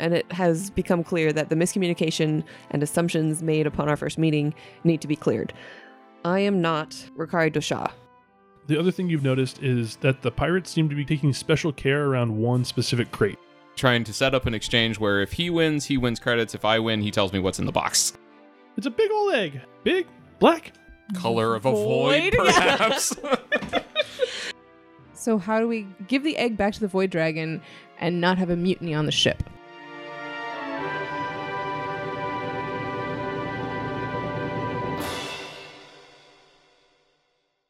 and it has become clear that the miscommunication and assumptions made upon our first meeting need to be cleared. I am not Ricari Dosha. The other thing you've noticed is that the pirates seem to be taking special care around one specific crate. Trying to set up an exchange where if he wins, he wins credits. If I win, he tells me what's in the box. It's a big old egg. Big, black. Color of a Void? void, Yeah. perhaps. So, how do we give the egg back to the Void Dragon and not have a mutiny on the ship?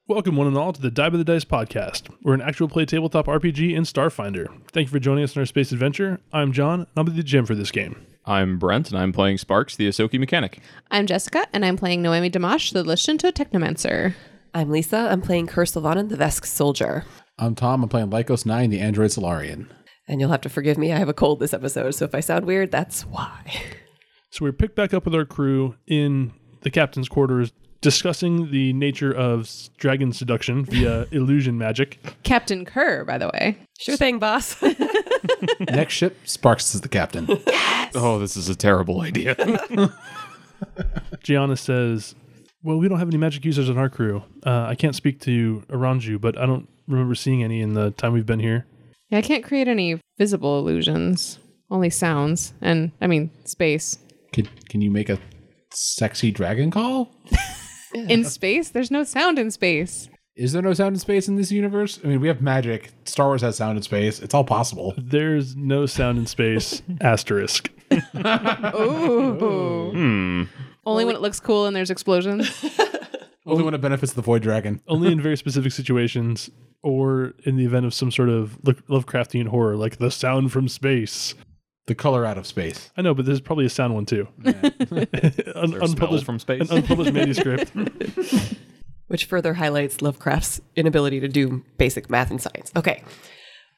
Welcome, one and all, to the Die by the Dice podcast. We're an actual play tabletop RPG in Starfinder. Thank you for joining us in our space adventure. I'm John, and I'll be the GM for this game. I'm Brent, and I'm playing Sparks, the Asoki mechanic. I'm Jessica, and I'm playing Noemi Dimash, the Lishinto Technomancer. I'm Lisa. I'm playing Kursavanan, the Vesk soldier. I'm Tom. I'm playing Lycos 9, the Android Solarian. And you'll have to forgive me. I have a cold this episode, so if I sound weird, that's why. So we picked back up with our crew in the captain's quarters, discussing the nature of s- dragon seduction via illusion magic. Captain Kerr, by the way. Sure thing, boss. Next ship, Sparks is the captain. Oh, this is a terrible idea. Gianna says, Well, we don't have any magic users on our crew. Uh, I can't speak to Aranju, but I don't remember seeing any in the time we've been here. Yeah, I can't create any visible illusions, only sounds, and I mean, space. Can, can you make a sexy dragon call? In space, there's no sound in space. Is there no sound in space in this universe? I mean, we have magic. Star Wars has sound in space. It's all possible. There's no sound in space, asterisk. Only when it looks cool and there's explosions. Only when it benefits the Void Dragon. Only in very specific situations or in the event of some sort of Lo- Lovecraftian horror, like the sound from space. The color out of space. I know, but there's probably a sound one too. Un- There's smell unpublished from space. An unpublished manuscript. Which further highlights Lovecraft's inability to do basic math and science. Okay.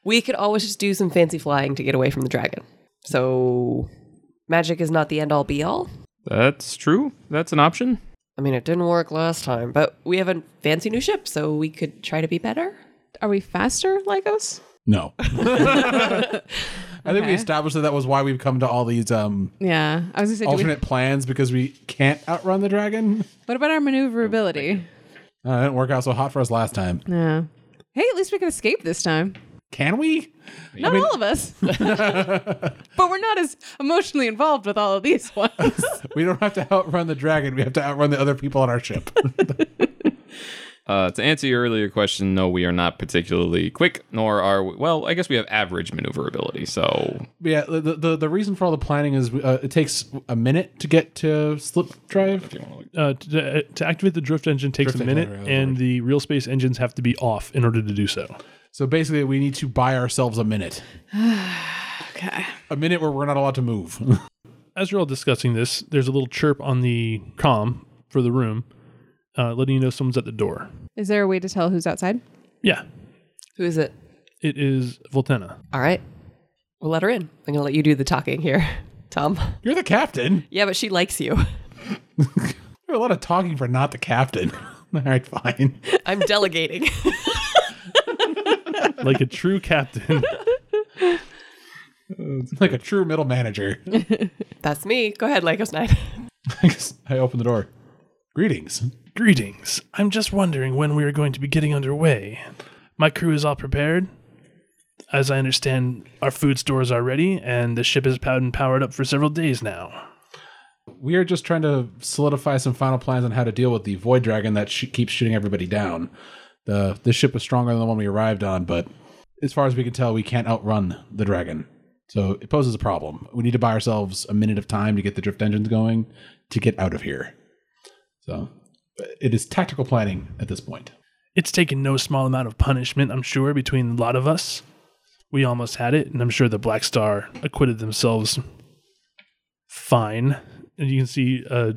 We could always just do some fancy flying to get away from the dragon. So, magic is not the end all be all. That's true. That's an option. I mean, it didn't work last time, but we have a fancy new ship, so we could try to be better. Are we faster, Lycos? No. I think Okay. we established that that was why we've come to all these um, Yeah, I was gonna say. do we- alternate plans because we can't outrun the dragon. what about our maneuverability? Uh, it didn't work out so hot for us last time. Yeah. Hey, at least we can escape this time. Can we? Not all of us, but we're not as emotionally involved with all of these ones. We don't have to outrun the dragon. We have to outrun the other people on our ship. Uh, to answer your earlier question, no, we are not particularly quick, nor are we. Well, I guess we have average maneuverability, so Yeah, the, the the reason for all the planning is uh, it takes a minute to get to slip drive. uh, to, to activate the drift engine takes Drift a engine, minute, right, and right. the real space engines have to be off in order to do so. So basically, we need to buy ourselves a minute. Okay. A minute where we're not allowed to move. As you're all discussing this, there's a little chirp on the comm for the room, uh, letting you know someone's at the door. Is there a way to tell who's outside? Yeah, Who is it? it is Voltena. All right. We'll let her in. I'm going to let you do the talking here, Tom. You're the captain. Yeah, but she likes you. You have a lot of talking for not the captain. all right, fine. I'm delegating. Like a true captain, like a true middle manager. That's me. Go ahead, Lycos Nine. I guess I open the door. Greetings. Greetings. I'm just wondering when we are going to be getting underway. My crew is all prepared. As I understand, our food stores are ready, and the ship has been powered up for several days now. We are just trying to solidify some final plans on how to deal with the void dragon that sh- keeps shooting everybody down. The the ship was stronger than the one we arrived on, but as far as we can tell, we can't outrun the dragon. So it poses a problem. We need to buy ourselves a minute of time to get the drift engines going to get out of here. So it is tactical planning at this point. It's taken no small amount of punishment, I'm sure, between a lot of us. We almost had it, and I'm sure the Black Star acquitted themselves fine. And you can see uh,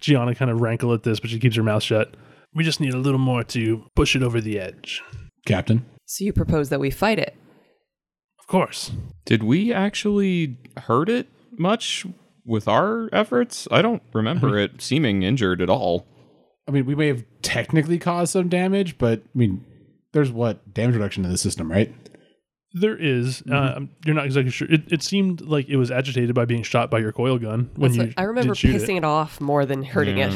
Gianna kind of rankle at this, but she keeps her mouth shut. We just need a little more to push it over the edge. Captain, So you propose that we fight it? Of course. Did we actually hurt it much with our efforts? I don't remember it seeming injured at all. I mean, we may have technically caused some damage, but I mean, there's what damage reduction in the system, right? There is, Mm-hmm. uh, you're not exactly sure. It, it seemed like it was agitated by being shot by your coil gun when So you. I remember did shoot pissing it. off more than hurting it.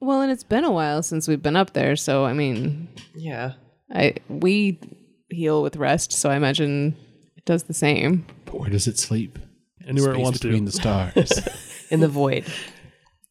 Well, and it's been a while since we've been up there, so I mean, Yeah. I we heal with rest, so I imagine it does the same. But where does it sleep? anywhere it Space wants between to. the stars. In the void.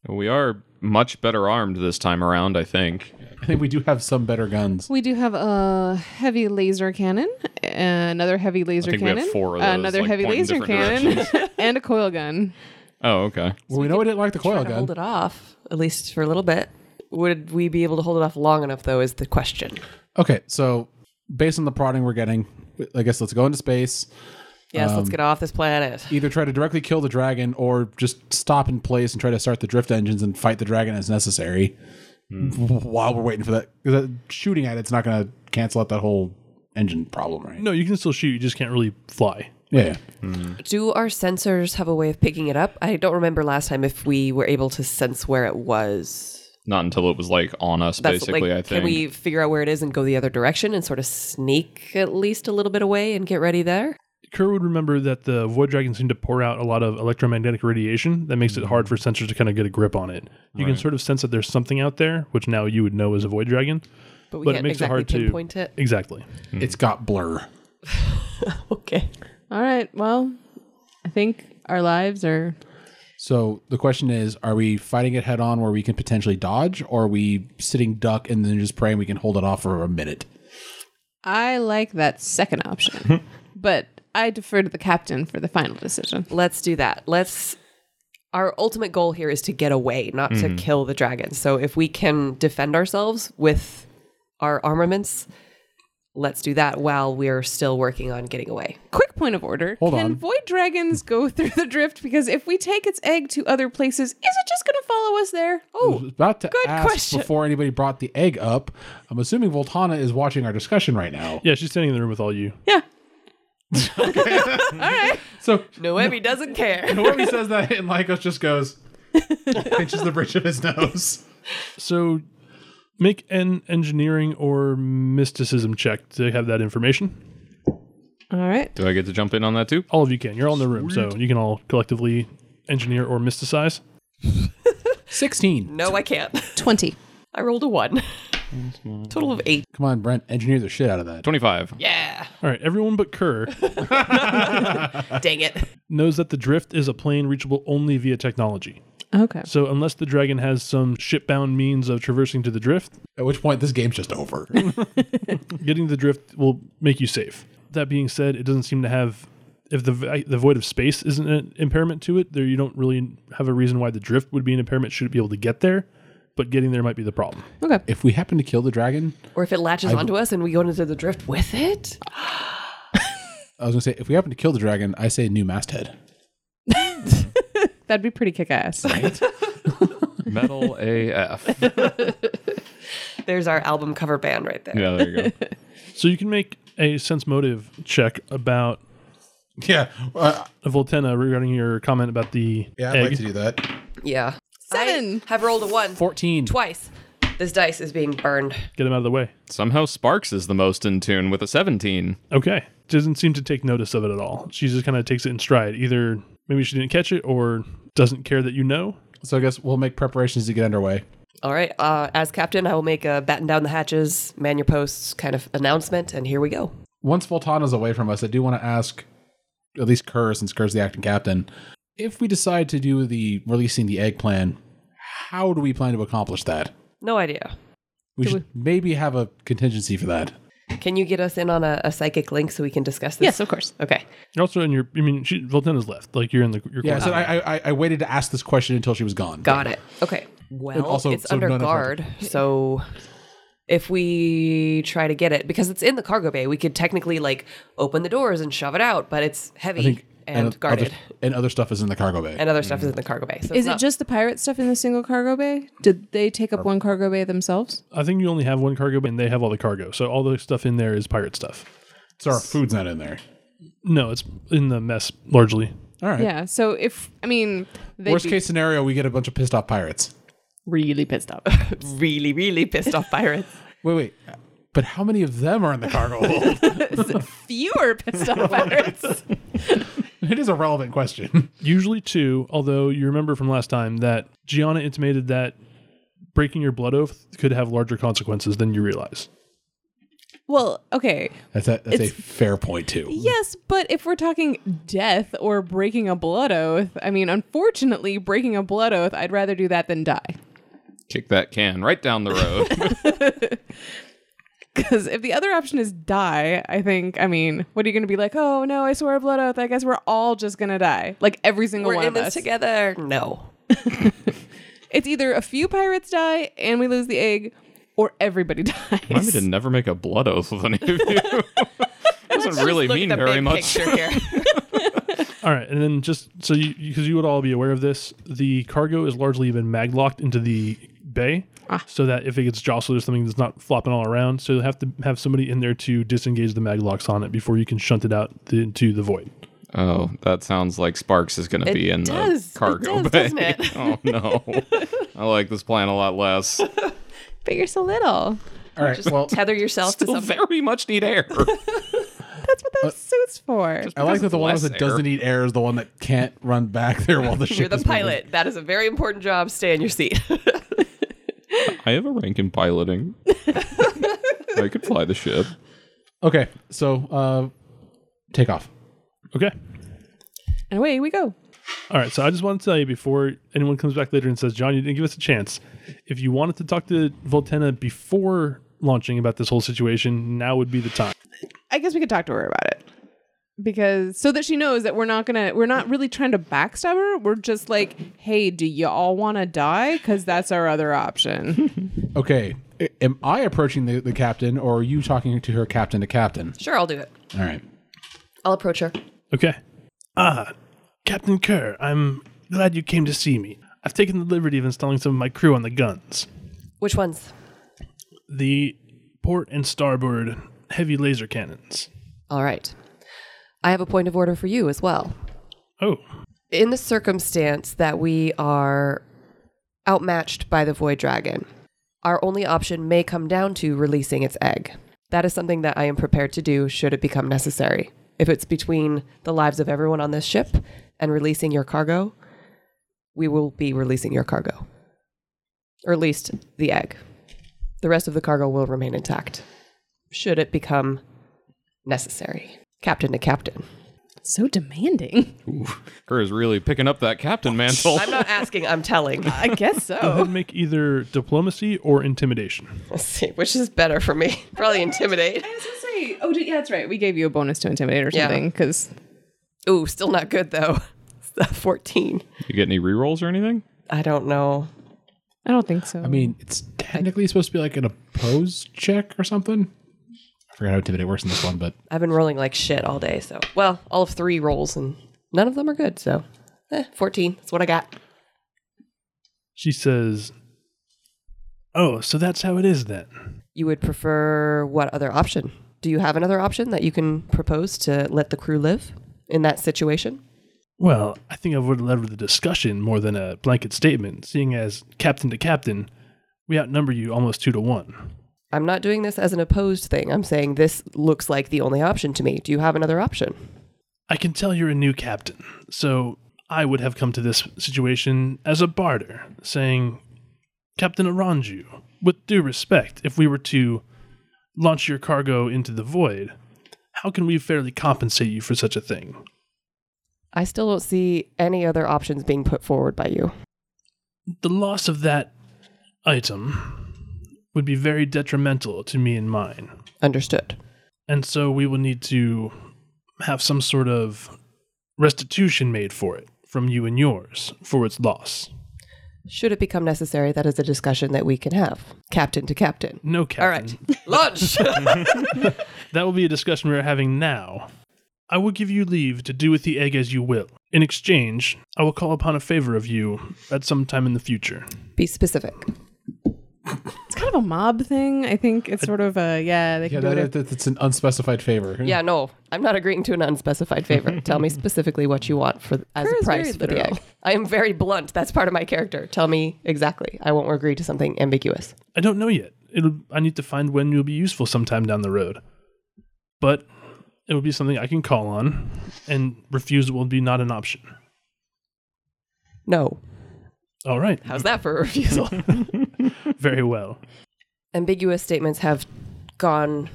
We are much better armed this time around, I think. I think we do have some better guns. We do have a heavy laser cannon, another heavy laser think we have cannon, four of those, another like, heavy pointing laser different cannon, and a coil gun. Oh, okay. Well, we know we didn't like the coil Try to hold gun. it off, at least for a little bit. Would we be able to hold it off long enough, though, is the question. Okay, so based on the prodding we're getting, I guess let's go into space. Yes, let's get off this planet. Either try to directly kill the dragon or just stop in place and try to start the drift engines and fight the dragon as necessary while we're waiting for that. 'cause that- Shooting at it's not going to cancel out that whole engine problem, right? No, you can still shoot. You just can't really fly. Yeah. Do our sensors have a way of picking it up? I don't remember last time if we were able to sense where it was. Not until it was like on us, basically, I think. Can we figure out where it is and go the other direction and sort of sneak at least a little bit away and get ready there? Kerr would remember that the Void Dragon seemed to pour out a lot of electromagnetic radiation that makes it hard for sensors to kind of get a grip on it. You can sort of sense that there's something out there, which now you would know is a Void Dragon. But we But it can't makes it exactly hard to- pinpoint it. Exactly. It's got blur. Okay. All right. Well, I think our lives are So the question is are we fighting it head on where we can potentially dodge or are we sitting duck and then just praying we can hold it off for a minute? I like that second option, but I defer to the captain for the final decision. Let's do that. Let's. Our ultimate goal here is to get away, not Mm-hmm. to kill the dragon. So if we can defend ourselves with our armaments, let's do that while we're still working on getting away. Quick point of order: Hold Can on. void dragons go through the drift? Because if we take its egg to other places, is it just going to follow us there? I was Oh, about to good ask question. before anybody brought the egg up. I'm assuming Voltana is watching our discussion right now. Yeah, she's standing in the room with all you. Mm. yeah. So Noemi doesn't care. Noemi says that, and Lycos just goes, pinches the bridge of his nose. So make an engineering or mysticism check to have that information. All right. Do I get to jump in on that too? All of you can. You're all in the room, so you can all collectively engineer or mysticize. 16. No, I can't. Twenty. I rolled a one. Total of eight. Come on, Brent, engineer the shit out of that. 25. Yeah. All right, everyone but Kerr Dang it. knows that the drift is a plane reachable only via technology. Okay. So unless the dragon has some shipbound means of traversing to the drift, At which point, this game's just over. getting the drift will make you safe. That being said, it doesn't seem to have if the vi- the void of space isn't an impairment to it, there you don't really have a reason why the drift would be an impairment should it be able to get there, but getting there might be the problem. if we happen to kill the dragon, Or if it latches onto us and we go into the drift with it. I was going to say, if we happen to kill the dragon, I say new masthead. That'd be pretty kick-ass. Metal AF. yeah, There's our album cover band right there. there you go. So you can make a sense motive check about Yeah, uh, Voltena regarding your comment about the egg. that. Yeah. Seven. I have rolled a one 14. twice. This dice is being burned. Get him out of the way. Somehow Sparks is the most in tune with a 17. Okay. Doesn't seem to take notice of it at all. She just kind of takes it in stride. Either maybe she didn't catch it or doesn't care that you know. So I guess we'll make preparations to get underway. All right. Uh, as captain, I will make a batten down the hatches, man your posts kind of announcement, and here we go. Once Voltana's away from us, I do want to ask, at least Kerr, since Kerr's the acting captain, if we decide to do the releasing the egg plan, how do we plan to accomplish that? No idea. We should maybe have a contingency for that. Can you get us in on a, a psychic link so we can discuss this? yes, of course. Okay. You're also in your, I mean, she, Voltena's left. Like you're in the, your Yeah, corner. so I, I I waited to ask this question until she was gone. Got it. Okay. Well, also, it's so under none of our- guard. So if we try to get it, because it's in the cargo bay, we could technically like open the doors and shove it out, but it's heavy and, uh, guarded. Other, Mm. and other stuff is in the cargo bay. and other stuff is in the cargo bay. So Is it not- just the pirate stuff in the single cargo bay? Did they take up one cargo bay themselves? I think you only have one cargo, and they have all the cargo. So all the stuff in there is pirate stuff. so our food's not in there. No, it's in the mess largely. All right. Yeah. So if I mean, they Worst case scenario, we get a bunch of pissed off pirates. really pissed off. really, really pissed off pirates? Wait, wait. But how many of them are in the cargo hold? Fewer piston pirates. it is a relevant question. Usually two, although you remember from last time that Gianna intimated that breaking your blood oath could have larger consequences than you realize. well, okay. That's a, that's a It's- fair point too. Yes, but if we're talking death or breaking a blood oath, I mean, unfortunately, breaking a blood oath, I'd rather do that than die. Kick that can right down the road. Because if the other option is die, I think, I mean, what are you going to be like? Oh, no, I swear a blood oath. I guess we're all just going to die. Like every single We're one in of this us. together. No. It's either a few pirates die and we lose the egg, or everybody Remind me dies. to never make a blood oath with any of you. Doesn't really mean very much. All right, and then just so you because you would all be aware of this, the cargo is largely been maglocked into the bay, so that if it gets jostled or something, it's not flopping all around. So you have to have somebody in there to disengage the maglocks on it before you can shunt it out the, into the void. Oh, that sounds like Sparks is going to be in does. It the cargo does, bay. doesn't it? oh no, I like this plan a lot less. But you're so little. All right. Well, Tether yourself to Still something. very much need air. That's what that suit's for. I because like that the one less that air. doesn't eat air is the one that can't run back there while the ship. You're the is moving. pilot. That is a very important job. Stay in your seat. I have a rank in piloting. I could fly the ship. Okay, so uh, take off. Okay. And away we go. All right. So I just want to tell you before anyone comes back later and says, "John, you didn't give us a chance." If you wanted to talk to Voltena before launching about this whole situation, now would be the time. I guess we could talk to her about it. Because so that she knows that we're not gonna, we're not really trying to backstab her. We're just like, hey, do you all want to die? Because that's our other option. Okay, a- am I approaching the, the captain, or are you talking to her captain to captain? sure, I'll do it. All right. I'll approach her. Okay. Ah, Captain Kerr, I'm glad you came to see me. I've taken the liberty of installing some of my crew on the guns. Which ones? The port and starboard heavy laser cannons. All right. I have a point of order for you as well. Oh, in the circumstance that we are outmatched by the Void Dragon, our only option may come down to releasing its egg. That is something that I am prepared to do should it become necessary. If it's between the lives of everyone on this ship and releasing your cargo, we will be releasing your cargo. Or at least the egg. The rest of the cargo will remain intact should it become necessary. Captain to captain. so demanding. Kerr is really picking up that captain mantle. I'm not asking, I'm telling. I guess go ahead so. and make either diplomacy or intimidation. Let's see, which is better for me? Probably intimidate. Oh, did- yeah, that's right. We gave you a bonus to intimidate or Yeah. something because Ooh, still not good though. It's the 14. You get any rerolls or anything? I don't know. I don't think so. I mean, it's technically supposed to be like an oppose check or something. I forgot how intimidate works in this one, but I've been rolling like shit all day. So, well, all of three rolls and none of them are good. So, eh, 14. That's what I got. She says, Oh, so that's how it is then. You would prefer what other option? Do you have another option that you can propose to let the crew live in that situation? Well, I think I would have led with a discussion more than a blanket statement, seeing as captain to captain, we outnumber you almost two to one. I'm not doing this as an opposed thing. I'm saying this looks like the only option to me. Do you have another option? I can tell you're a new captain, so I would have come to this situation as a barter, saying, Captain Aranju, with due respect, if we were to launch your cargo into the void, how can we fairly compensate you for such a thing? I still don't see any other options being put forward by you. The loss of that item would be very detrimental to me and mine. Understood. And so we will need to have some sort of restitution made for it from you and yours for its loss. Should it become necessary, that is a discussion that we can have, captain to captain. No, Captain. All right, launch. That will be a discussion we're having now. I will give you leave to do with the egg as you will. In exchange, I will call upon a favor of you at some time in the future. Be specific. it's kind of a mob thing. I think it's sort of a yeah. They yeah, can do that, it. that- that's an unspecified favor. Yeah, no, I'm not agreeing to an unspecified favor. Tell me specifically what you want for as Kara's a price very for the literal. egg. I am very blunt. That's part of my character. Tell me exactly. I won't agree to something ambiguous. I don't know yet. it'll I need to find when you'll be useful sometime down the road. But it would be something I can call on, and refusal will be not an option. No. All right, How's that for a refusal? very well. ambiguous statements have gone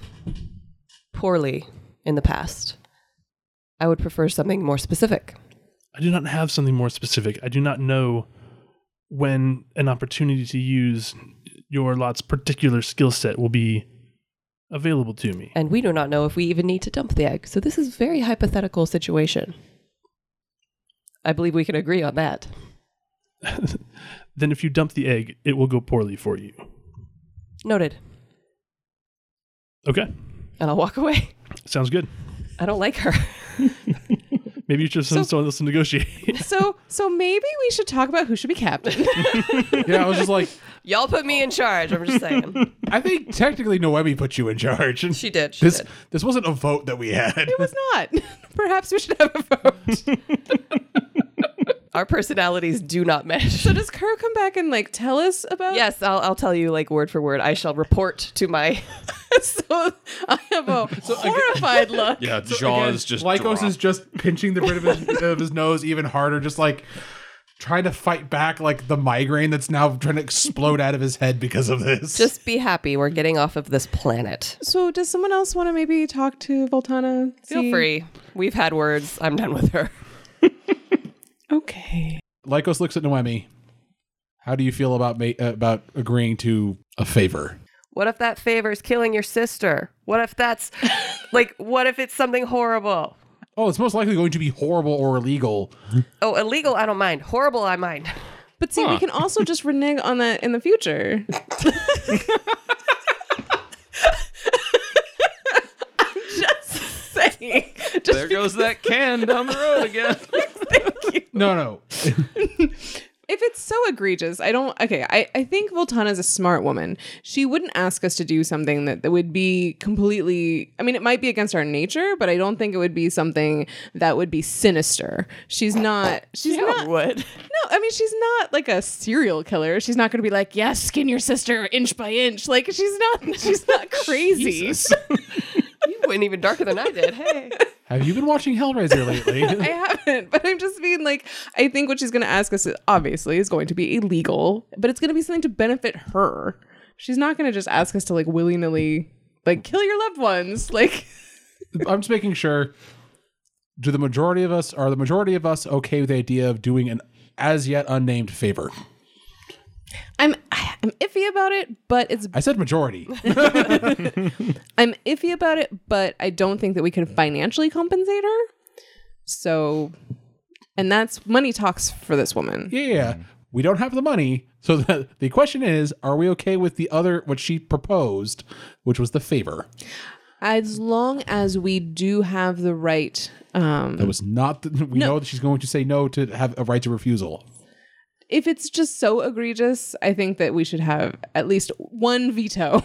poorly in the past. I would prefer something more specific. I do not have something more specific. I do not know when an opportunity to use your lot's particular skill set will be available to me. And we do not know if we even need to dump the egg. So this is a very hypothetical situation. I believe we can agree on that. Then, if you dump the egg, it will go poorly for you. Noted. Okay, And I'll walk away. sounds good. I don't like her. Maybe you should send someone else to negotiate. So so maybe we should talk about who should be captain. Yeah, I was just like, Y'all put me in charge. I'm just saying. I think technically Noemi put you in charge. She did. She This did. this wasn't a vote that we had. it was not. Perhaps we should have a vote. Our personalities do not mesh. So does Kerr come back and like tell us about? yes, I'll, I'll tell you like word for word. I shall report to my. so I have a horrified look. Yeah, jaws just Lycos drop. is just pinching the bridge of his, of his nose even harder, just like trying to fight back like the migraine that's now trying to explode out of his head because of this. Just be happy. We're getting off of this planet. So does someone else want to maybe talk to Voltana? Feel See- free. We've had words. I'm done with her. Okay. Lycos looks at Noemi. How do you feel about ma- uh, about agreeing to a favor? What if that favor is killing your sister? What if that's like, what if it's something horrible? Oh, it's most likely going to be horrible or illegal. Oh, illegal, I don't mind. Horrible, I mind. But see, we can also just renege on that in the future. Saying. there goes that can down the road again. No, no. If it's so egregious, I don't. Okay, I, I think Voltana's a smart woman. She wouldn't ask us to do something that, that would be completely. I mean, it might be against our nature, but I don't think it would be something that would be sinister. She's not. She's not. would. No, I mean she's not like a serial killer. She's not going to be like, "Yes, skin your sister inch by inch." Like she's not she's not crazy. You went even darker than I did. Hey. Have you been watching Hellraiser lately? I haven't, but I'm just being like I think what she's going to ask us is, obviously is going to be illegal, but it's going to be something to benefit her. She's not going to just ask us to like willy-nilly like kill your loved ones. Like I'm just making sure. Do the majority of us are the majority of us okay with the idea of doing an as yet unnamed favor? I'm I'm iffy about it, but it's I said majority. I'm iffy about it, but I don't think that we can financially compensate her. So and that's money talks for this woman. yeah, we don't have the money. So the, the question is, are we okay with the other what she proposed, which was the favor? As long as we do have the right, That um, was not the, we know that she's going to say no to have a right to refusal. if it's just so egregious, I think that we should have at least one veto.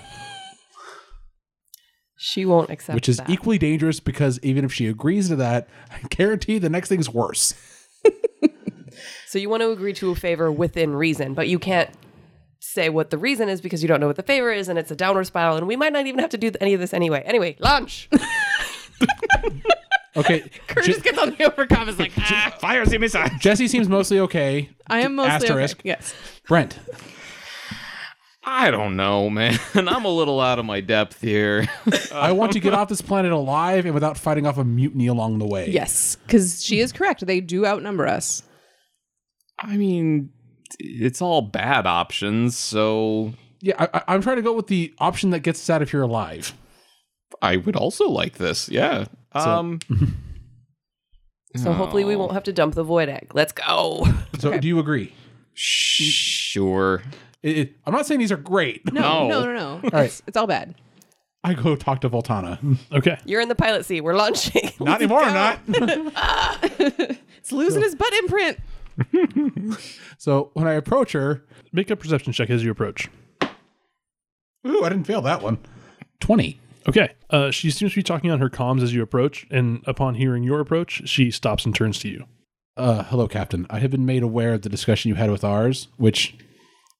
She won't accept Which is that. equally dangerous because even if she agrees to that, I guarantee the next thing's worse. so you want to agree to a favor within reason, but you can't say what the reason is because you don't know what the favor is and it's a downward spiral and we might not even have to do any of this anyway. Anyway, lunch. Okay. Je- gets on the overcome is like, Fires him inside. Jesse seems mostly okay. I am mostly okay. Asterisk. Yes, Brent. I don't know, man. I'm a little out of my depth here. I want to get off this planet alive and without fighting off a mutiny along the way. yes, because she is correct. They do outnumber us. I mean, it's all bad options, so Yeah, I, I, I'm trying to go with the option that gets us out of here alive. I would also like this. Yeah. Um, So hopefully we won't have to dump the void egg. Let's go. So, do you agree? sure. It, it, I'm not saying these are great. No, No. no, no, no. right. It's, it's all bad. I go talk to Voltana. Okay, You're in the pilot seat. We're launching. not anymore, not. It's losing his butt imprint. so when I approach her, make a perception check as you approach. ooh, I didn't fail that one. 20. Okay, uh, she seems to be talking on her comms as you approach, and upon hearing your approach, she stops and turns to you. Uh, hello, Captain. I have been made aware of the discussion you had with ours, which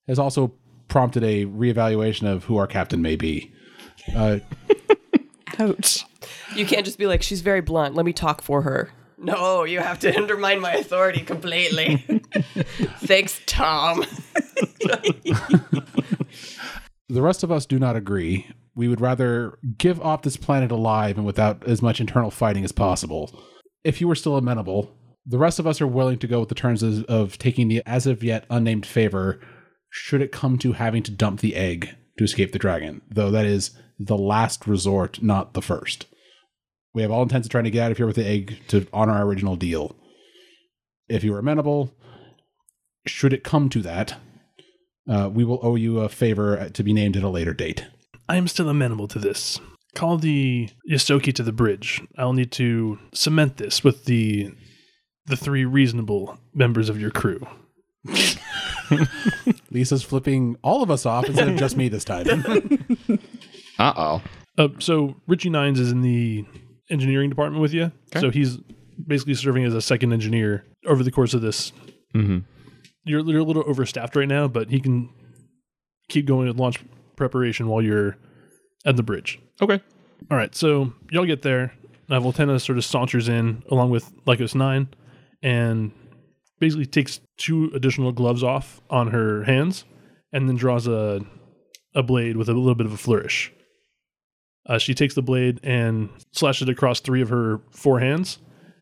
has also prompted a reevaluation of who our captain may be. Uh, Ouch. You can't just be like, she's very blunt. Let me talk for her. No, you have to undermine my authority completely. Thanks, Tom. the rest of us do not agree. We would rather give off this planet alive and without as much internal fighting as possible. If you were still amenable, the rest of us are willing to go with the terms of, of taking the as of yet unnamed favor should it come to having to dump the egg to escape the dragon, though that is the last resort, not the first. We have all intents of trying to get out of here with the egg to honor our original deal. If you are amenable, should it come to that, uh, we will owe you a favor uh, to be named at a later date. I am still amenable to this. Call the Yosoki to the bridge. I'll need to cement this with the the three reasonable members of your crew. Lisa's flipping all of us off instead of just me this time. Uh oh. Uh, so Richie Nines is in the engineering department with you. So he's basically serving as a second engineer over the course of this. Mhm. You're you're a little overstaffed right now, but he can keep going with launch preparation while you're at the bridge. Okay. All right, so y'all get there. Uh, Voltena sort of saunters in along with Lycos 9 and basically takes two additional gloves off on her hands and then draws a, a blade with a little bit of a flourish. Uh, she takes the blade and slashes it across three of her four hands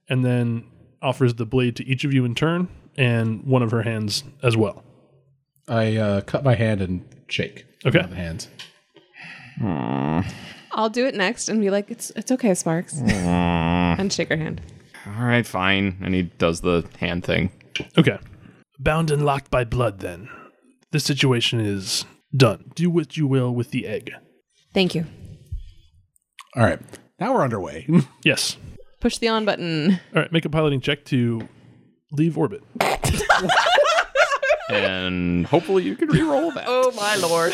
and then offers the blade to each of you in turn and one of her hands as well. I uh, cut my hand and shake. Okay. One of The hands. I'll do it next and be like, it's it's okay, Sparks. Mm. and shake her hand. All right, fine. And he does the hand thing. Okay. Bound and locked by blood, then. This situation is done. Do what you will with the egg. Thank you. All right. Now we're underway. Yes. Push the on button. All right, make a piloting check to leave orbit. And hopefully you can re-roll that. Oh, my lord.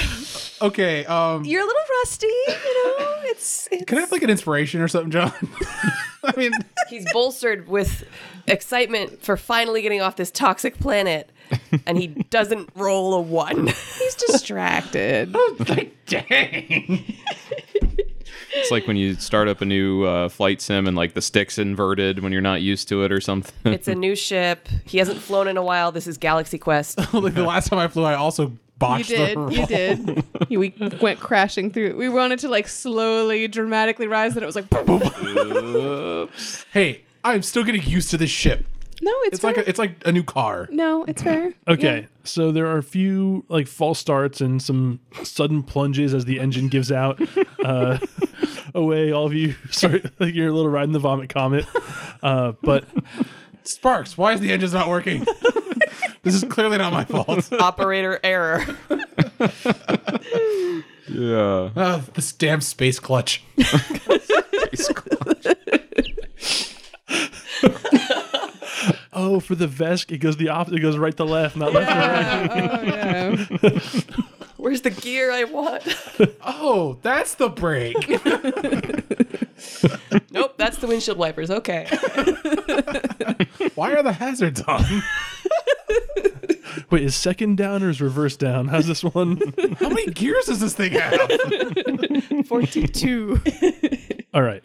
okay. Um, You're a little rusty, you know. It's, it's can I have like an inspiration or something, John? I mean, He's bolstered with excitement for finally getting off this toxic planet, and he doesn't roll a one. he's distracted. It's like when you start up a new uh, flight sim and like the sticks inverted when you're not used to it or something. It's a new ship. He hasn't flown in a while. This is Galaxy Quest. like the last time I flew, I also you botched did. the roll. You did. You- we went crashing through. We wanted to like slowly, dramatically rise, and it was like, no, Hey, I'm still getting used to this ship. it's, It's like fair. a, it's like a new car. no, it's fair. Okay, so there are a few like false starts and some sudden plunges as the engine gives out. Uh, away, all of you start like you're a little riding the vomit comet. Uh, but Sparks, why is the engines not working? this is clearly not my fault. Operator error. yeah. Uh, this damn space clutch. oh, for the Vesk, it goes the opposite. It goes right to left, not left to right. Oh yeah. Where's the gear I want? Oh, that's the break. Nope, that's the windshield wipers. Okay. Why are the hazards on? Wait, is second down or is reverse down? How's this one? How many gears does this thing have? 42. All right.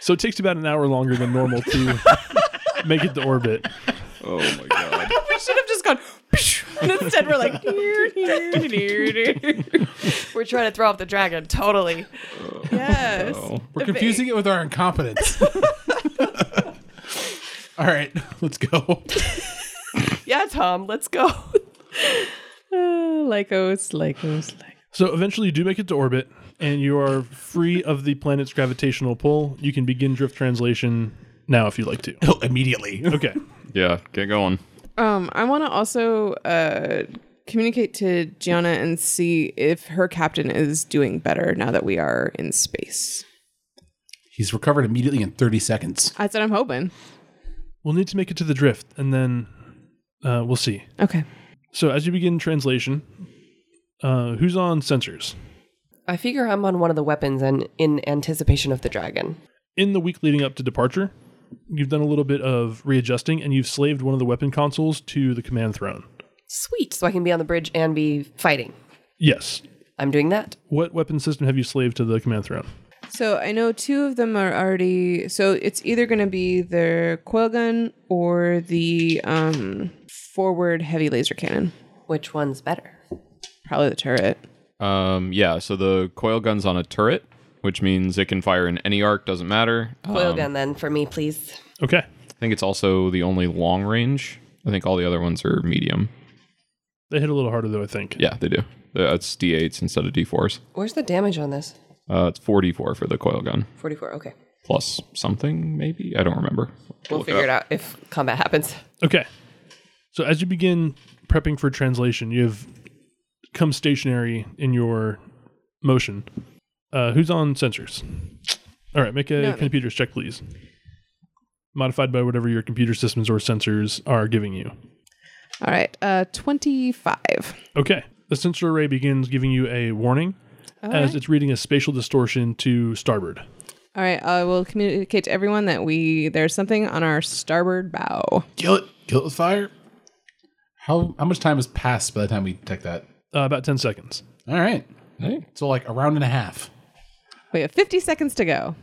So it takes about an hour longer than normal to make it to orbit. Oh my god. we should have just gone. And instead, we're like, We're trying to throw off the dragon. Totally. yes. We're confusing it with our incompetence. All right, let's go. Yeah, Tom, let's go. Uh, Lycos, Lycos, Lycos. So eventually you do make it to orbit and you are free of the planet's gravitational pull. You can begin drift translation now if you'd like to. No, immediately. Okay. Yeah, get going. Um, I want to also uh, communicate to Gianna and see if her captain is doing better now that we are in space. He's recovered immediately in 30 seconds. That's what I'm hoping. We'll need to make it to the drift and then uh, we'll see. Okay. So as you begin translation, uh, who's on sensors? I figure I'm on one of the weapons and in anticipation of the dragon. in the week leading up to departure, you've done a little bit of readjusting and you've slaved one of the weapon consoles to the command throne. Sweet. So I can be on the bridge and be fighting. Yes. I'm doing that. What weapon system have you slaved to the command throne? So I know two of them are already. So it's either going to be the coil gun or the um, forward heavy laser cannon. Which one's better? Probably the turret. Um, yeah, so the coil gun's on a turret, which means it can fire in any arc, doesn't matter. Uh, Coil gun then for me, please. Okay. I think it's also the only long range. I think all the other ones are medium. They hit a little harder though, I think. Yeah, they do. Uh, It's D8s instead of D4s. Where's the damage on this? Uh, it's 4D4 for the coil gun, 44. Okay. plus something, maybe? I don't remember. We'll Look figure up. it out if combat happens. Okay. So as you begin prepping for translation, you have come stationary in your motion. Uh, who's on sensors? All right, make a Not me. computers check, please. Modified by whatever your computer systems or sensors are giving you. All right, uh, twenty-five. Okay. The sensor array begins giving you a warning as it's reading a spatial distortion to starboard. All right, I will communicate to everyone that we there's something on our starboard bow. Kill it. Kill it with fire. How how much time has passed by the time we detect that? Uh, about 10 seconds. All right. Hey. So like a round and a half. We have fifty seconds to go.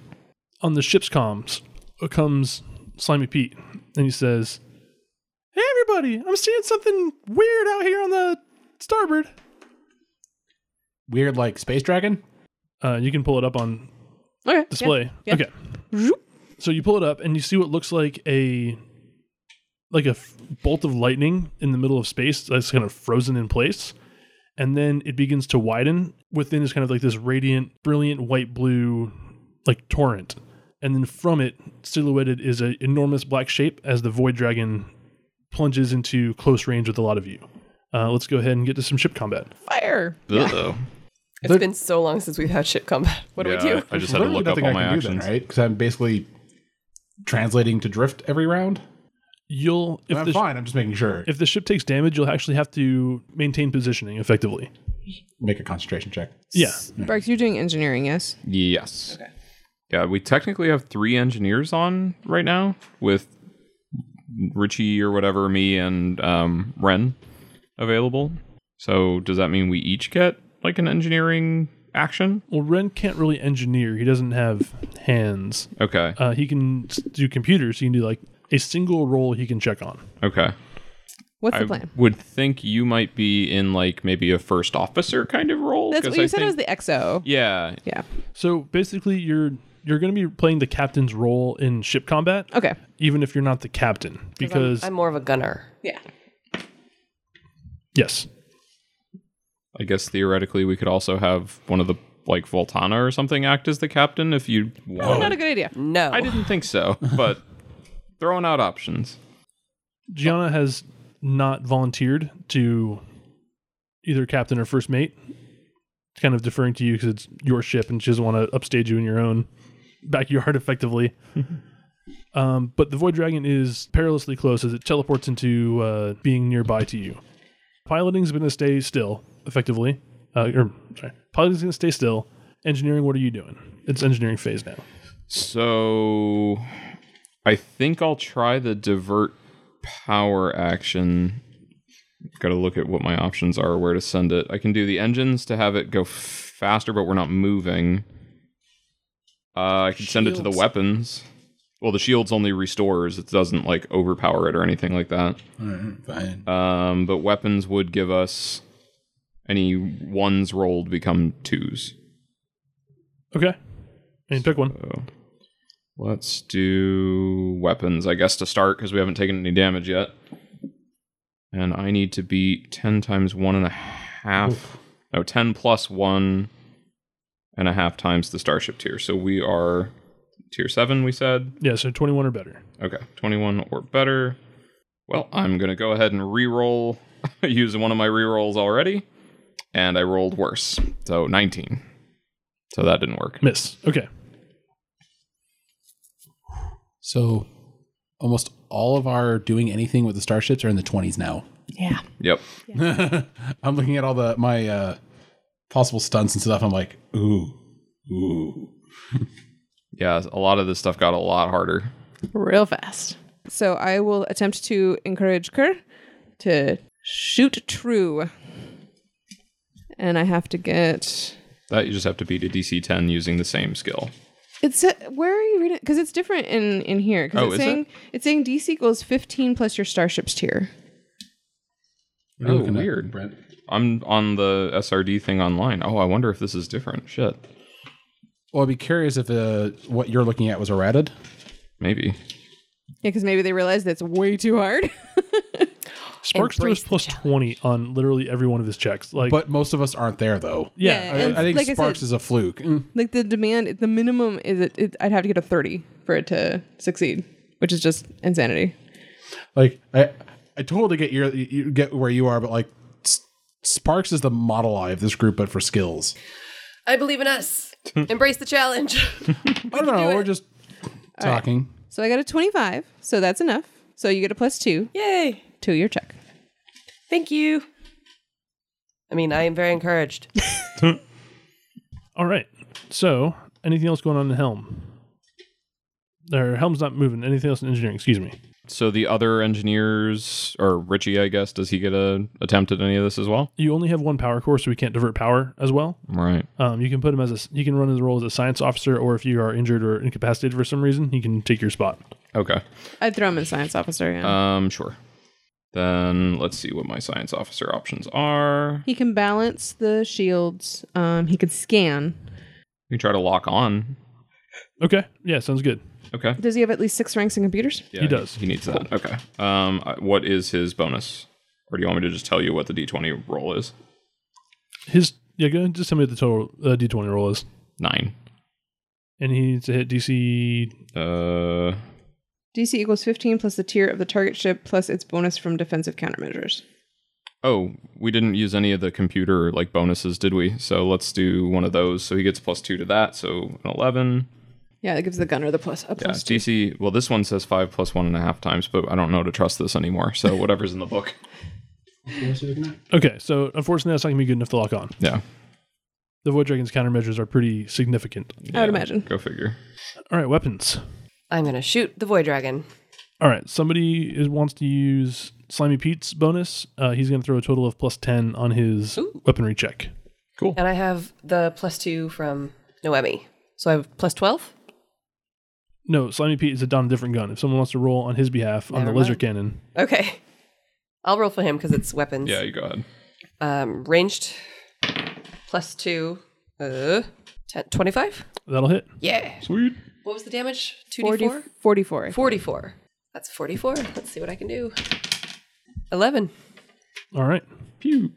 on the ship's comms uh, comes Slimy Pete and he says, Hey everybody, I'm seeing something weird out here on the starboard. Weird like space dragon. Uh, you can pull it up on Okay. display. yeah. Okay. So you pull it up and you see what looks like a like a f- bolt of lightning in the middle of space that's kind of frozen in place. And then it begins to widen. Within is kind of like this radiant, brilliant white blue like torrent. And then from it, silhouetted is an enormous black shape as the void dragon plunges into close range with a lot of you. Uh, let's go ahead and get to some ship combat. Fire. Uh-oh. It's been so long since we've had ship combat. What do we Yeah, do? I just had to Literally look up nothing all I my can do then, actions. right? Because I'm basically translating to drift every round. You'll if I'm the, sh- fine. I'm just making sure. if the ship takes damage, you'll actually have to maintain positioning effectively. Make a concentration check. Yeah. Brex, you're doing engineering, yes? Yes. Yeah, we technically have three engineers on right now with Richie or whatever, me and um, Ren available. So does that mean we each get like an engineering action? Well, Ren can't really engineer. He doesn't have hands. Okay. Uh, he can s- do computers. He can do like a single role he can check on. Okay. What's I the plan? would think you might be in like maybe a first officer kind of role. That's 'cause what you I said it think- was the XO. Yeah. Yeah. So basically, you're you're going to be playing the captain's role in ship combat, Okay. even if you're not the captain, because I'm more of a gunner. Yeah. yes, I guess theoretically we could also have one of the like Voltana or something act as the captain if you want. Not a good idea. No. I didn't think so, but throwing out options. Gianna has not volunteered to either captain or first mate. It's kind of deferring to you because it's your ship and she doesn't want to upstage you in your own backyard effectively. um, but the Void Dragon is perilously close as it teleports into uh, being nearby to you. Piloting's going to stay still, effectively. Uh, or, sorry. Piloting's going to stay still. Engineering, what are you doing? It's engineering phase now. So I think I'll try the divert power action. Got to look at what my options are, where to send it. I can do the engines to have it go faster, but we're not moving. Uh, I can send it to the Shields. weapons. Well, the shields only restores; it doesn't like overpower it or anything like that. Fine. Um, but weapons would give us any ones rolled become twos. Okay. And pick one. So let's do weapons, I guess, to start because we haven't taken any damage yet. And I need to beat 10 times one and a half. No, 10 plus one and a half times the starship tier. So we are tier seven, we said. Yeah, so 21 or better. Okay, 21 or better. Well, I'm going to go ahead and re-roll using one of my rerolls already. And I rolled worse. So 19. So that didn't work. Miss. Okay. So almost all of our doing anything with the starships are in the 20s now. Yeah. Yep. I'm looking at all the my uh possible stunts and stuff. I'm like, ooh, ooh. Yeah, a lot of this stuff got a lot harder. Real fast. So I will attempt to encourage Kerr to shoot true and I have to get. That you just have to beat a DC 10 using the same skill. It's a, where are you reading? Because it's different in in here. 'cause Oh, it's is it? saying it's saying DC equals fifteen plus your starship's tier. What are you Oh, looking at, weird. Brent. I'm on the SRD thing online. Oh, I wonder if this is different. Shit. Well, I'd be curious if uh, what you're looking at was errated. Maybe. Yeah, because maybe they realize that's way too hard. Sparks throws Embrace the plus twenty on literally every one of his checks. Like, But most of us aren't there, though. yeah, I, I think like Sparks I said, is a fluke. Mm. like the demand, the minimum is it, it. I'd have to get a thirty for it to succeed, which is just insanity. Like I, I totally get your you get where you are, but like S- Sparks is the model eye of this group, but for skills. I believe in us. Embrace the challenge. I don't know. We're just talking. So I got a twenty-five. So that's enough. So you get a plus two Yay. to your check. Thank you. I mean, I am very encouraged. all right. So, anything else going on in Helm? Their Helm's not moving. Anything else in engineering? Excuse me. So the other engineers, or Richie, I guess, does he get a attempt at any of this as well? You only have one power core, so we can't divert power as well. Right. Um, you can put him as a you can run his role as a science officer, or if you are injured or incapacitated for some reason, he can take your spot. Okay. I'd throw him in science officer. Yeah. Um, sure. Then let's see what my science officer options are. he can balance the shields. Um, he could scan. We can try to lock on. Okay, yeah, sounds good. Okay. Does he have at least six ranks in computers? Yeah, He does. He needs that. Okay. Um, I- what is his bonus? Or do you want me to just tell you what the D20 roll is? His yeah, go ahead, just tell me what the total uh, D twenty roll is, Nine. and he needs to hit DC. Uh, DC equals 15 plus the tier of the target ship plus its bonus from defensive countermeasures. oh, we didn't use any of the computer like bonuses, did we? So let's do one of those. So he gets plus two to that. So an 11. Yeah, that gives the gunner the plus a Yeah, plus two. DC. Well, this one says five plus one and a half times, but I don't know to trust this anymore. So whatever's in the book. Okay, so unfortunately, that's not gonna be good enough to lock on. Yeah. The Void Dragon's countermeasures are pretty significant. I would imagine. Go figure. All right, weapons. I'm going to shoot the Void Dragon. All right, somebody is, wants to use Slimy Pete's bonus. Uh, he's going to throw a total of plus 10 on his weaponry check. And I have the plus two from Noemi. So I have plus 12? No, Slimy Pete is a down a different gun. If someone wants to roll on his behalf on the Never laser mind. cannon, Okay. I'll roll for him because it's weapons. Yeah, you go ahead. Um, ranged, plus two, uh, 10, 25? that'll hit. Yeah. Sweet. What was the damage? 40, 2d4? 44. I think. 44. That's 44. Let's see what I can do. 11. All right. Pew.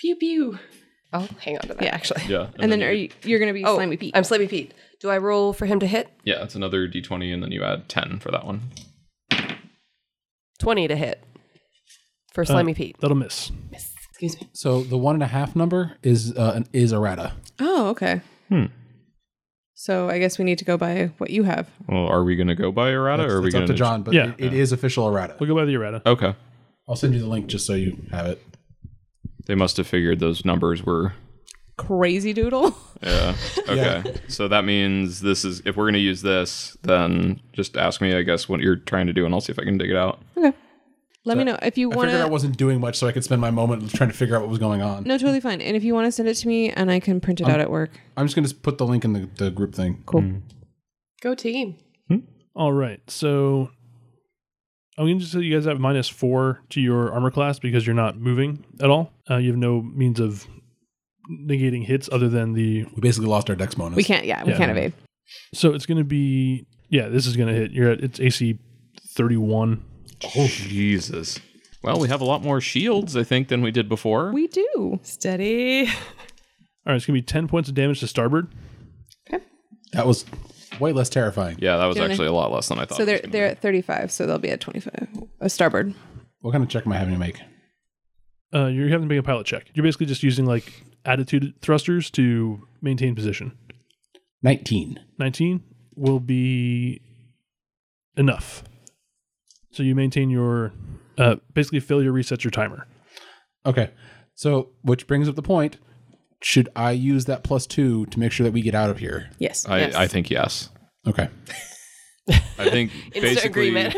Pew pew. I'll Oh, hang on to that Yeah. actually. Yeah. And then are you, you're going to be Oh, Slimy Pete. I'm Slimy Pete. Do I roll for him to hit? Yeah, it's another d20, and then you add 10 for that one. 20 to hit for Slimy Pete. Uh, That'll miss. Excuse me. So the one and a half number is uh, an, is errata. Oh, okay. Hmm. So I guess we need to go by what you have. Well, are we going to go by errata, That's- or are we it's going up to John, but Yeah. it- it is official errata. We'll go by the errata. Okay. I'll send you the link just so you have it. They must have figured those numbers were. Crazy doodle. Yeah. Okay. So that means this is. If we're going to use this, then just ask me, I guess, what you're trying to do, and I'll see if I can dig it out. Let me know if you I want figured I to. wasn't doing much, so I could spend my moment trying to figure out what was going on. No, totally fine. And if you want to send it to me and I can print it out at work. I'm just going to put the link in the, the group thing. Cool. Go team. All right. So I'm going to just say you guys have minus four to your armor class because you're not moving at all. Uh, you have no means of negating hits other than the. We basically lost our dex bonus. We can't, yeah, we Yeah. can't evade. So it's going to be. Yeah, this is going to hit. You're at it's AC 31. Oh, Jesus. Well, we have a lot more shields, I think, than we did before. We do. Steady. All right, it's going to be 10 points of damage to starboard. That was way less terrifying. yeah, that was Don't I- actually a lot less than I thought. So it was gonna they're they're at 35, so they'll be at 25. A starboard. What kind of check am I having to make? Uh, you're having to make a pilot check. You're basically just using like attitude thrusters to maintain position. 19. 19 will be enough. So you maintain your. Uh, basically, failure resets your timer. Okay. So, which brings up the point. Should I use that plus two to make sure that we get out of here? Yes. I, Yes. I think yes. Okay. I think Instant basically agreement.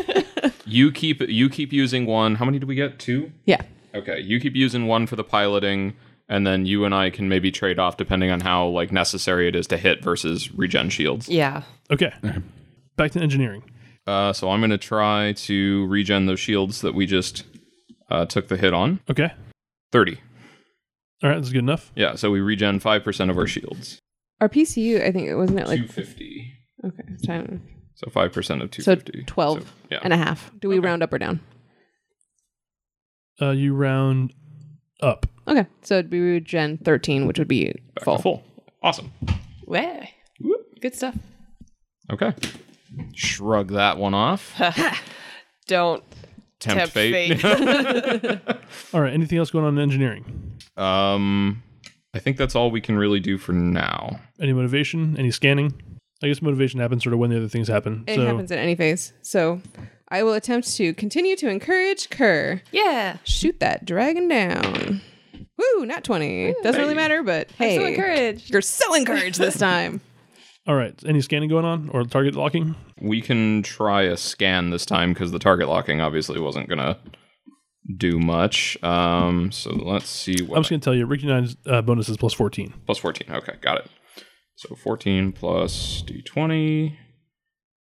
you keep you keep using one. How many did we get? Two. yeah. Okay, you keep using one for the piloting, and then you and I can maybe trade off depending on how like necessary it is to hit versus regen shields. Yeah. Okay. Back to engineering. Uh, so I'm gonna try to regen those shields that we just uh, took the hit on. Okay. Thirty. All right. That's good enough. Yeah, so we regen five percent of our shields. Our PCU, I think it wasn't it like Two fifty. okay time So five percent of two so fifty. 12 yeah. and a half. Do we round up or down? Uh, you round up. Okay, so it'd be Gen 13, which would be full. full. Awesome. Way. Good stuff. Okay. Shrug that one off. Don't Tempt, tempt fate. fate. All right. Anything else going on in engineering? um, I think that's all we can really do for now. Any motivation? Any scanning? I guess motivation happens sort of when the other things happen. It so happens in any phase. So I will attempt to continue to encourage Kerr. yeah. Shoot that dragon down. Woo, not 20. Doesn't really matter, but hey. So encouraged. You're so encouraged this time. all right. Any scanning going on or target locking? We can try a scan this time because the target locking obviously wasn't gonna do much. Um, so let's see I'm what just gonna tell you, Ricky Nine's uh, bonus is plus 14. plus fourteen. Okay, got it. So fourteen plus d twenty.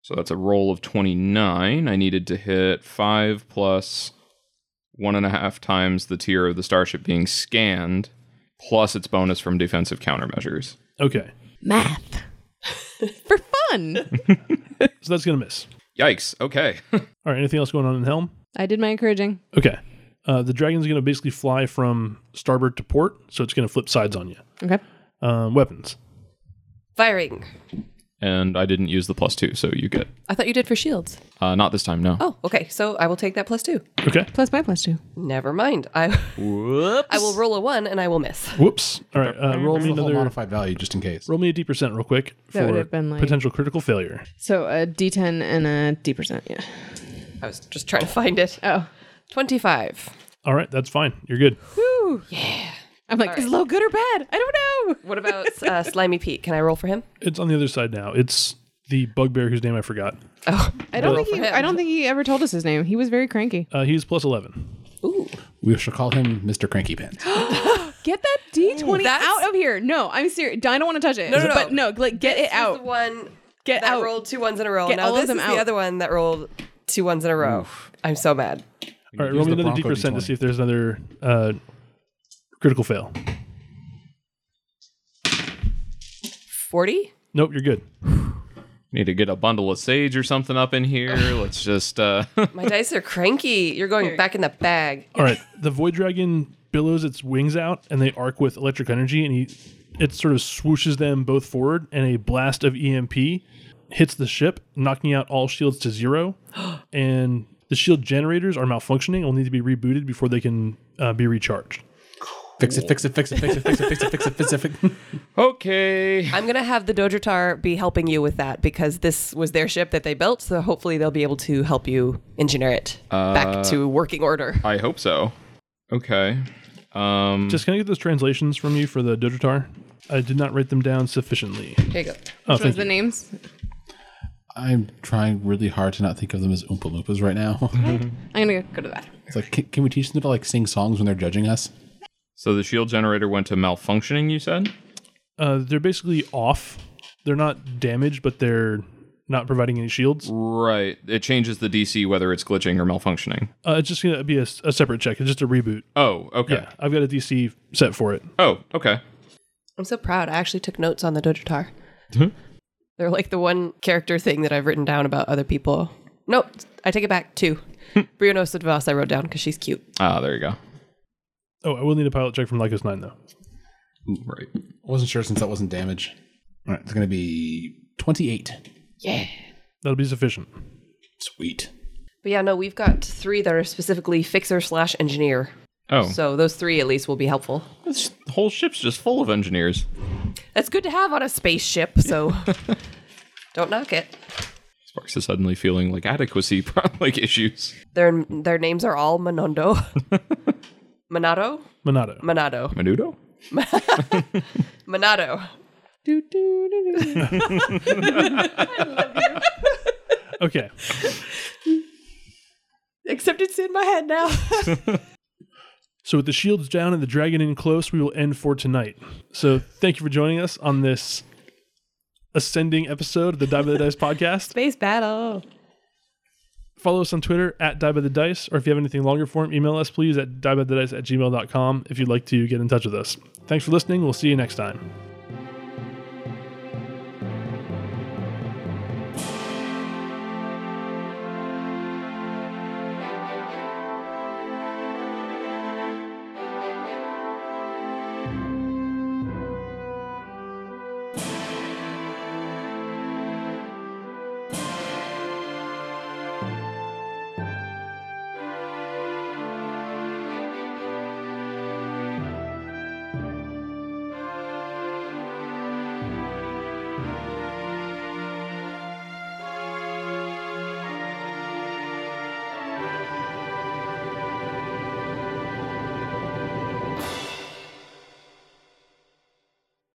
So that's a roll of twenty nine. I needed to hit five plus one and a half times the tier of the starship being scanned, plus its bonus from defensive countermeasures. Okay, Math. For fun. so that's gonna miss. Yikes. Okay. All right. Anything else going on in Helm? I did my encouraging. Okay. Uh, the dragon's gonna basically fly from starboard to port, so it's gonna flip sides on you. Okay. Um, weapons. Firing. and I didn't use the plus two, so you get I thought you did for shields. uh, not this time. No. Oh, okay. So I will take that plus two. Okay. Plus my plus two. Never mind. I I will roll a one and I will miss. Whoops. All right. Uh, roll me There's a whole another. modified value just in case. Roll me a d percent real quick That would for have been like- potential critical failure. So a D10 and a D percent. Yeah. I was just trying to find it. Oh. Twenty-five. All right, that's fine. You're good. I'm like, is low good or bad? I don't know. What about uh, Slimy Pete? Can I roll for him? It's on the other side now. It's the bugbear whose name I forgot. Oh, I don't Well, think he, for him. I don't think he ever told us his name. He was very cranky. Uh, he's plus eleven. ooh. We shall call him Mr. Cranky Pants. Get that D twenty That's- out of here. No, I'm serious. I don't want to touch it. No, no, no. But no, like get it The out. one Get that out. rolled two ones in a row. Get now all of this them is out. the other one that rolled two ones in a row. I'm so mad. All right, use roll me the another d Bronco percent to D20. see if there's another uh, critical fail. Forty. Nope, you're good. Need to get a bundle of sage or something up in here. Let's just. Uh, My dice are cranky. You're going back in the bag. All right, the void dragon billows its wings out and they arc with electric energy, and he it sort of swooshes them both forward, and a blast of EMP hits the ship, knocking out all shields to zero, and the shield generators are malfunctioning. and Will need to be rebooted before they can uh, be recharged. Fix it, fix it, fix it, fix it, fix it, fix it, fix it, fix it, fix it. okay. I'm gonna have the Dojotar be helping you with that because this was their ship that they built, so hopefully they'll be able to help you engineer it back to working order. I hope so. Okay. Um, Just can I get those translations from you for the Dojotar? I did not write them down sufficiently. Here you go. Oh, What was thank the you. names? I'm trying really hard to not think of them as Oompa Loompas right now. I'm gonna go to that. it's like, can, can we teach them to like sing songs when they're judging us? so the shield generator went to malfunctioning. You said. Uh, they're basically off. They're not damaged, but they're not providing any shields. Right. It changes the DC whether it's glitching or malfunctioning. Uh, it's just going to be a, s- a separate check. It's just a reboot. Oh. Okay. Yeah, I've got a DC set for it. Oh. Okay. I'm so proud. I actually took notes on the Dojotar. Hmm? They're like the one character thing that I've written down about other people. Nope, I take it back. Two. Brianna Devos I wrote down because she's cute. Ah, there you go. Oh, I will need a pilot check from Lycos 9, though. Ooh, right. I wasn't sure since that wasn't damage. All right, it's going to be 28. Yeah. That'll be sufficient. Sweet. But yeah, no, we've got three that are specifically fixer slash engineer. Oh, So those three at least will be helpful. this whole ship's just full of engineers. That's good to have on a spaceship, so don't knock it. Sparks is suddenly feeling like adequacy pro- like issues. Their their names are all Manondo. Monado? Monado. Monado. Menudo. Monado. Okay. Except it's in my head now. So with the shields down and the dragon in close, we will end for tonight. So thank you for joining us on this ascending episode of the Die by the Dice podcast. Space battle. Follow us on Twitter at Die by the Dice, or if you have anything longer form, email us please at diebythedice at gmail.com if you'd like to get in touch with us. Thanks for listening. We'll see you next time.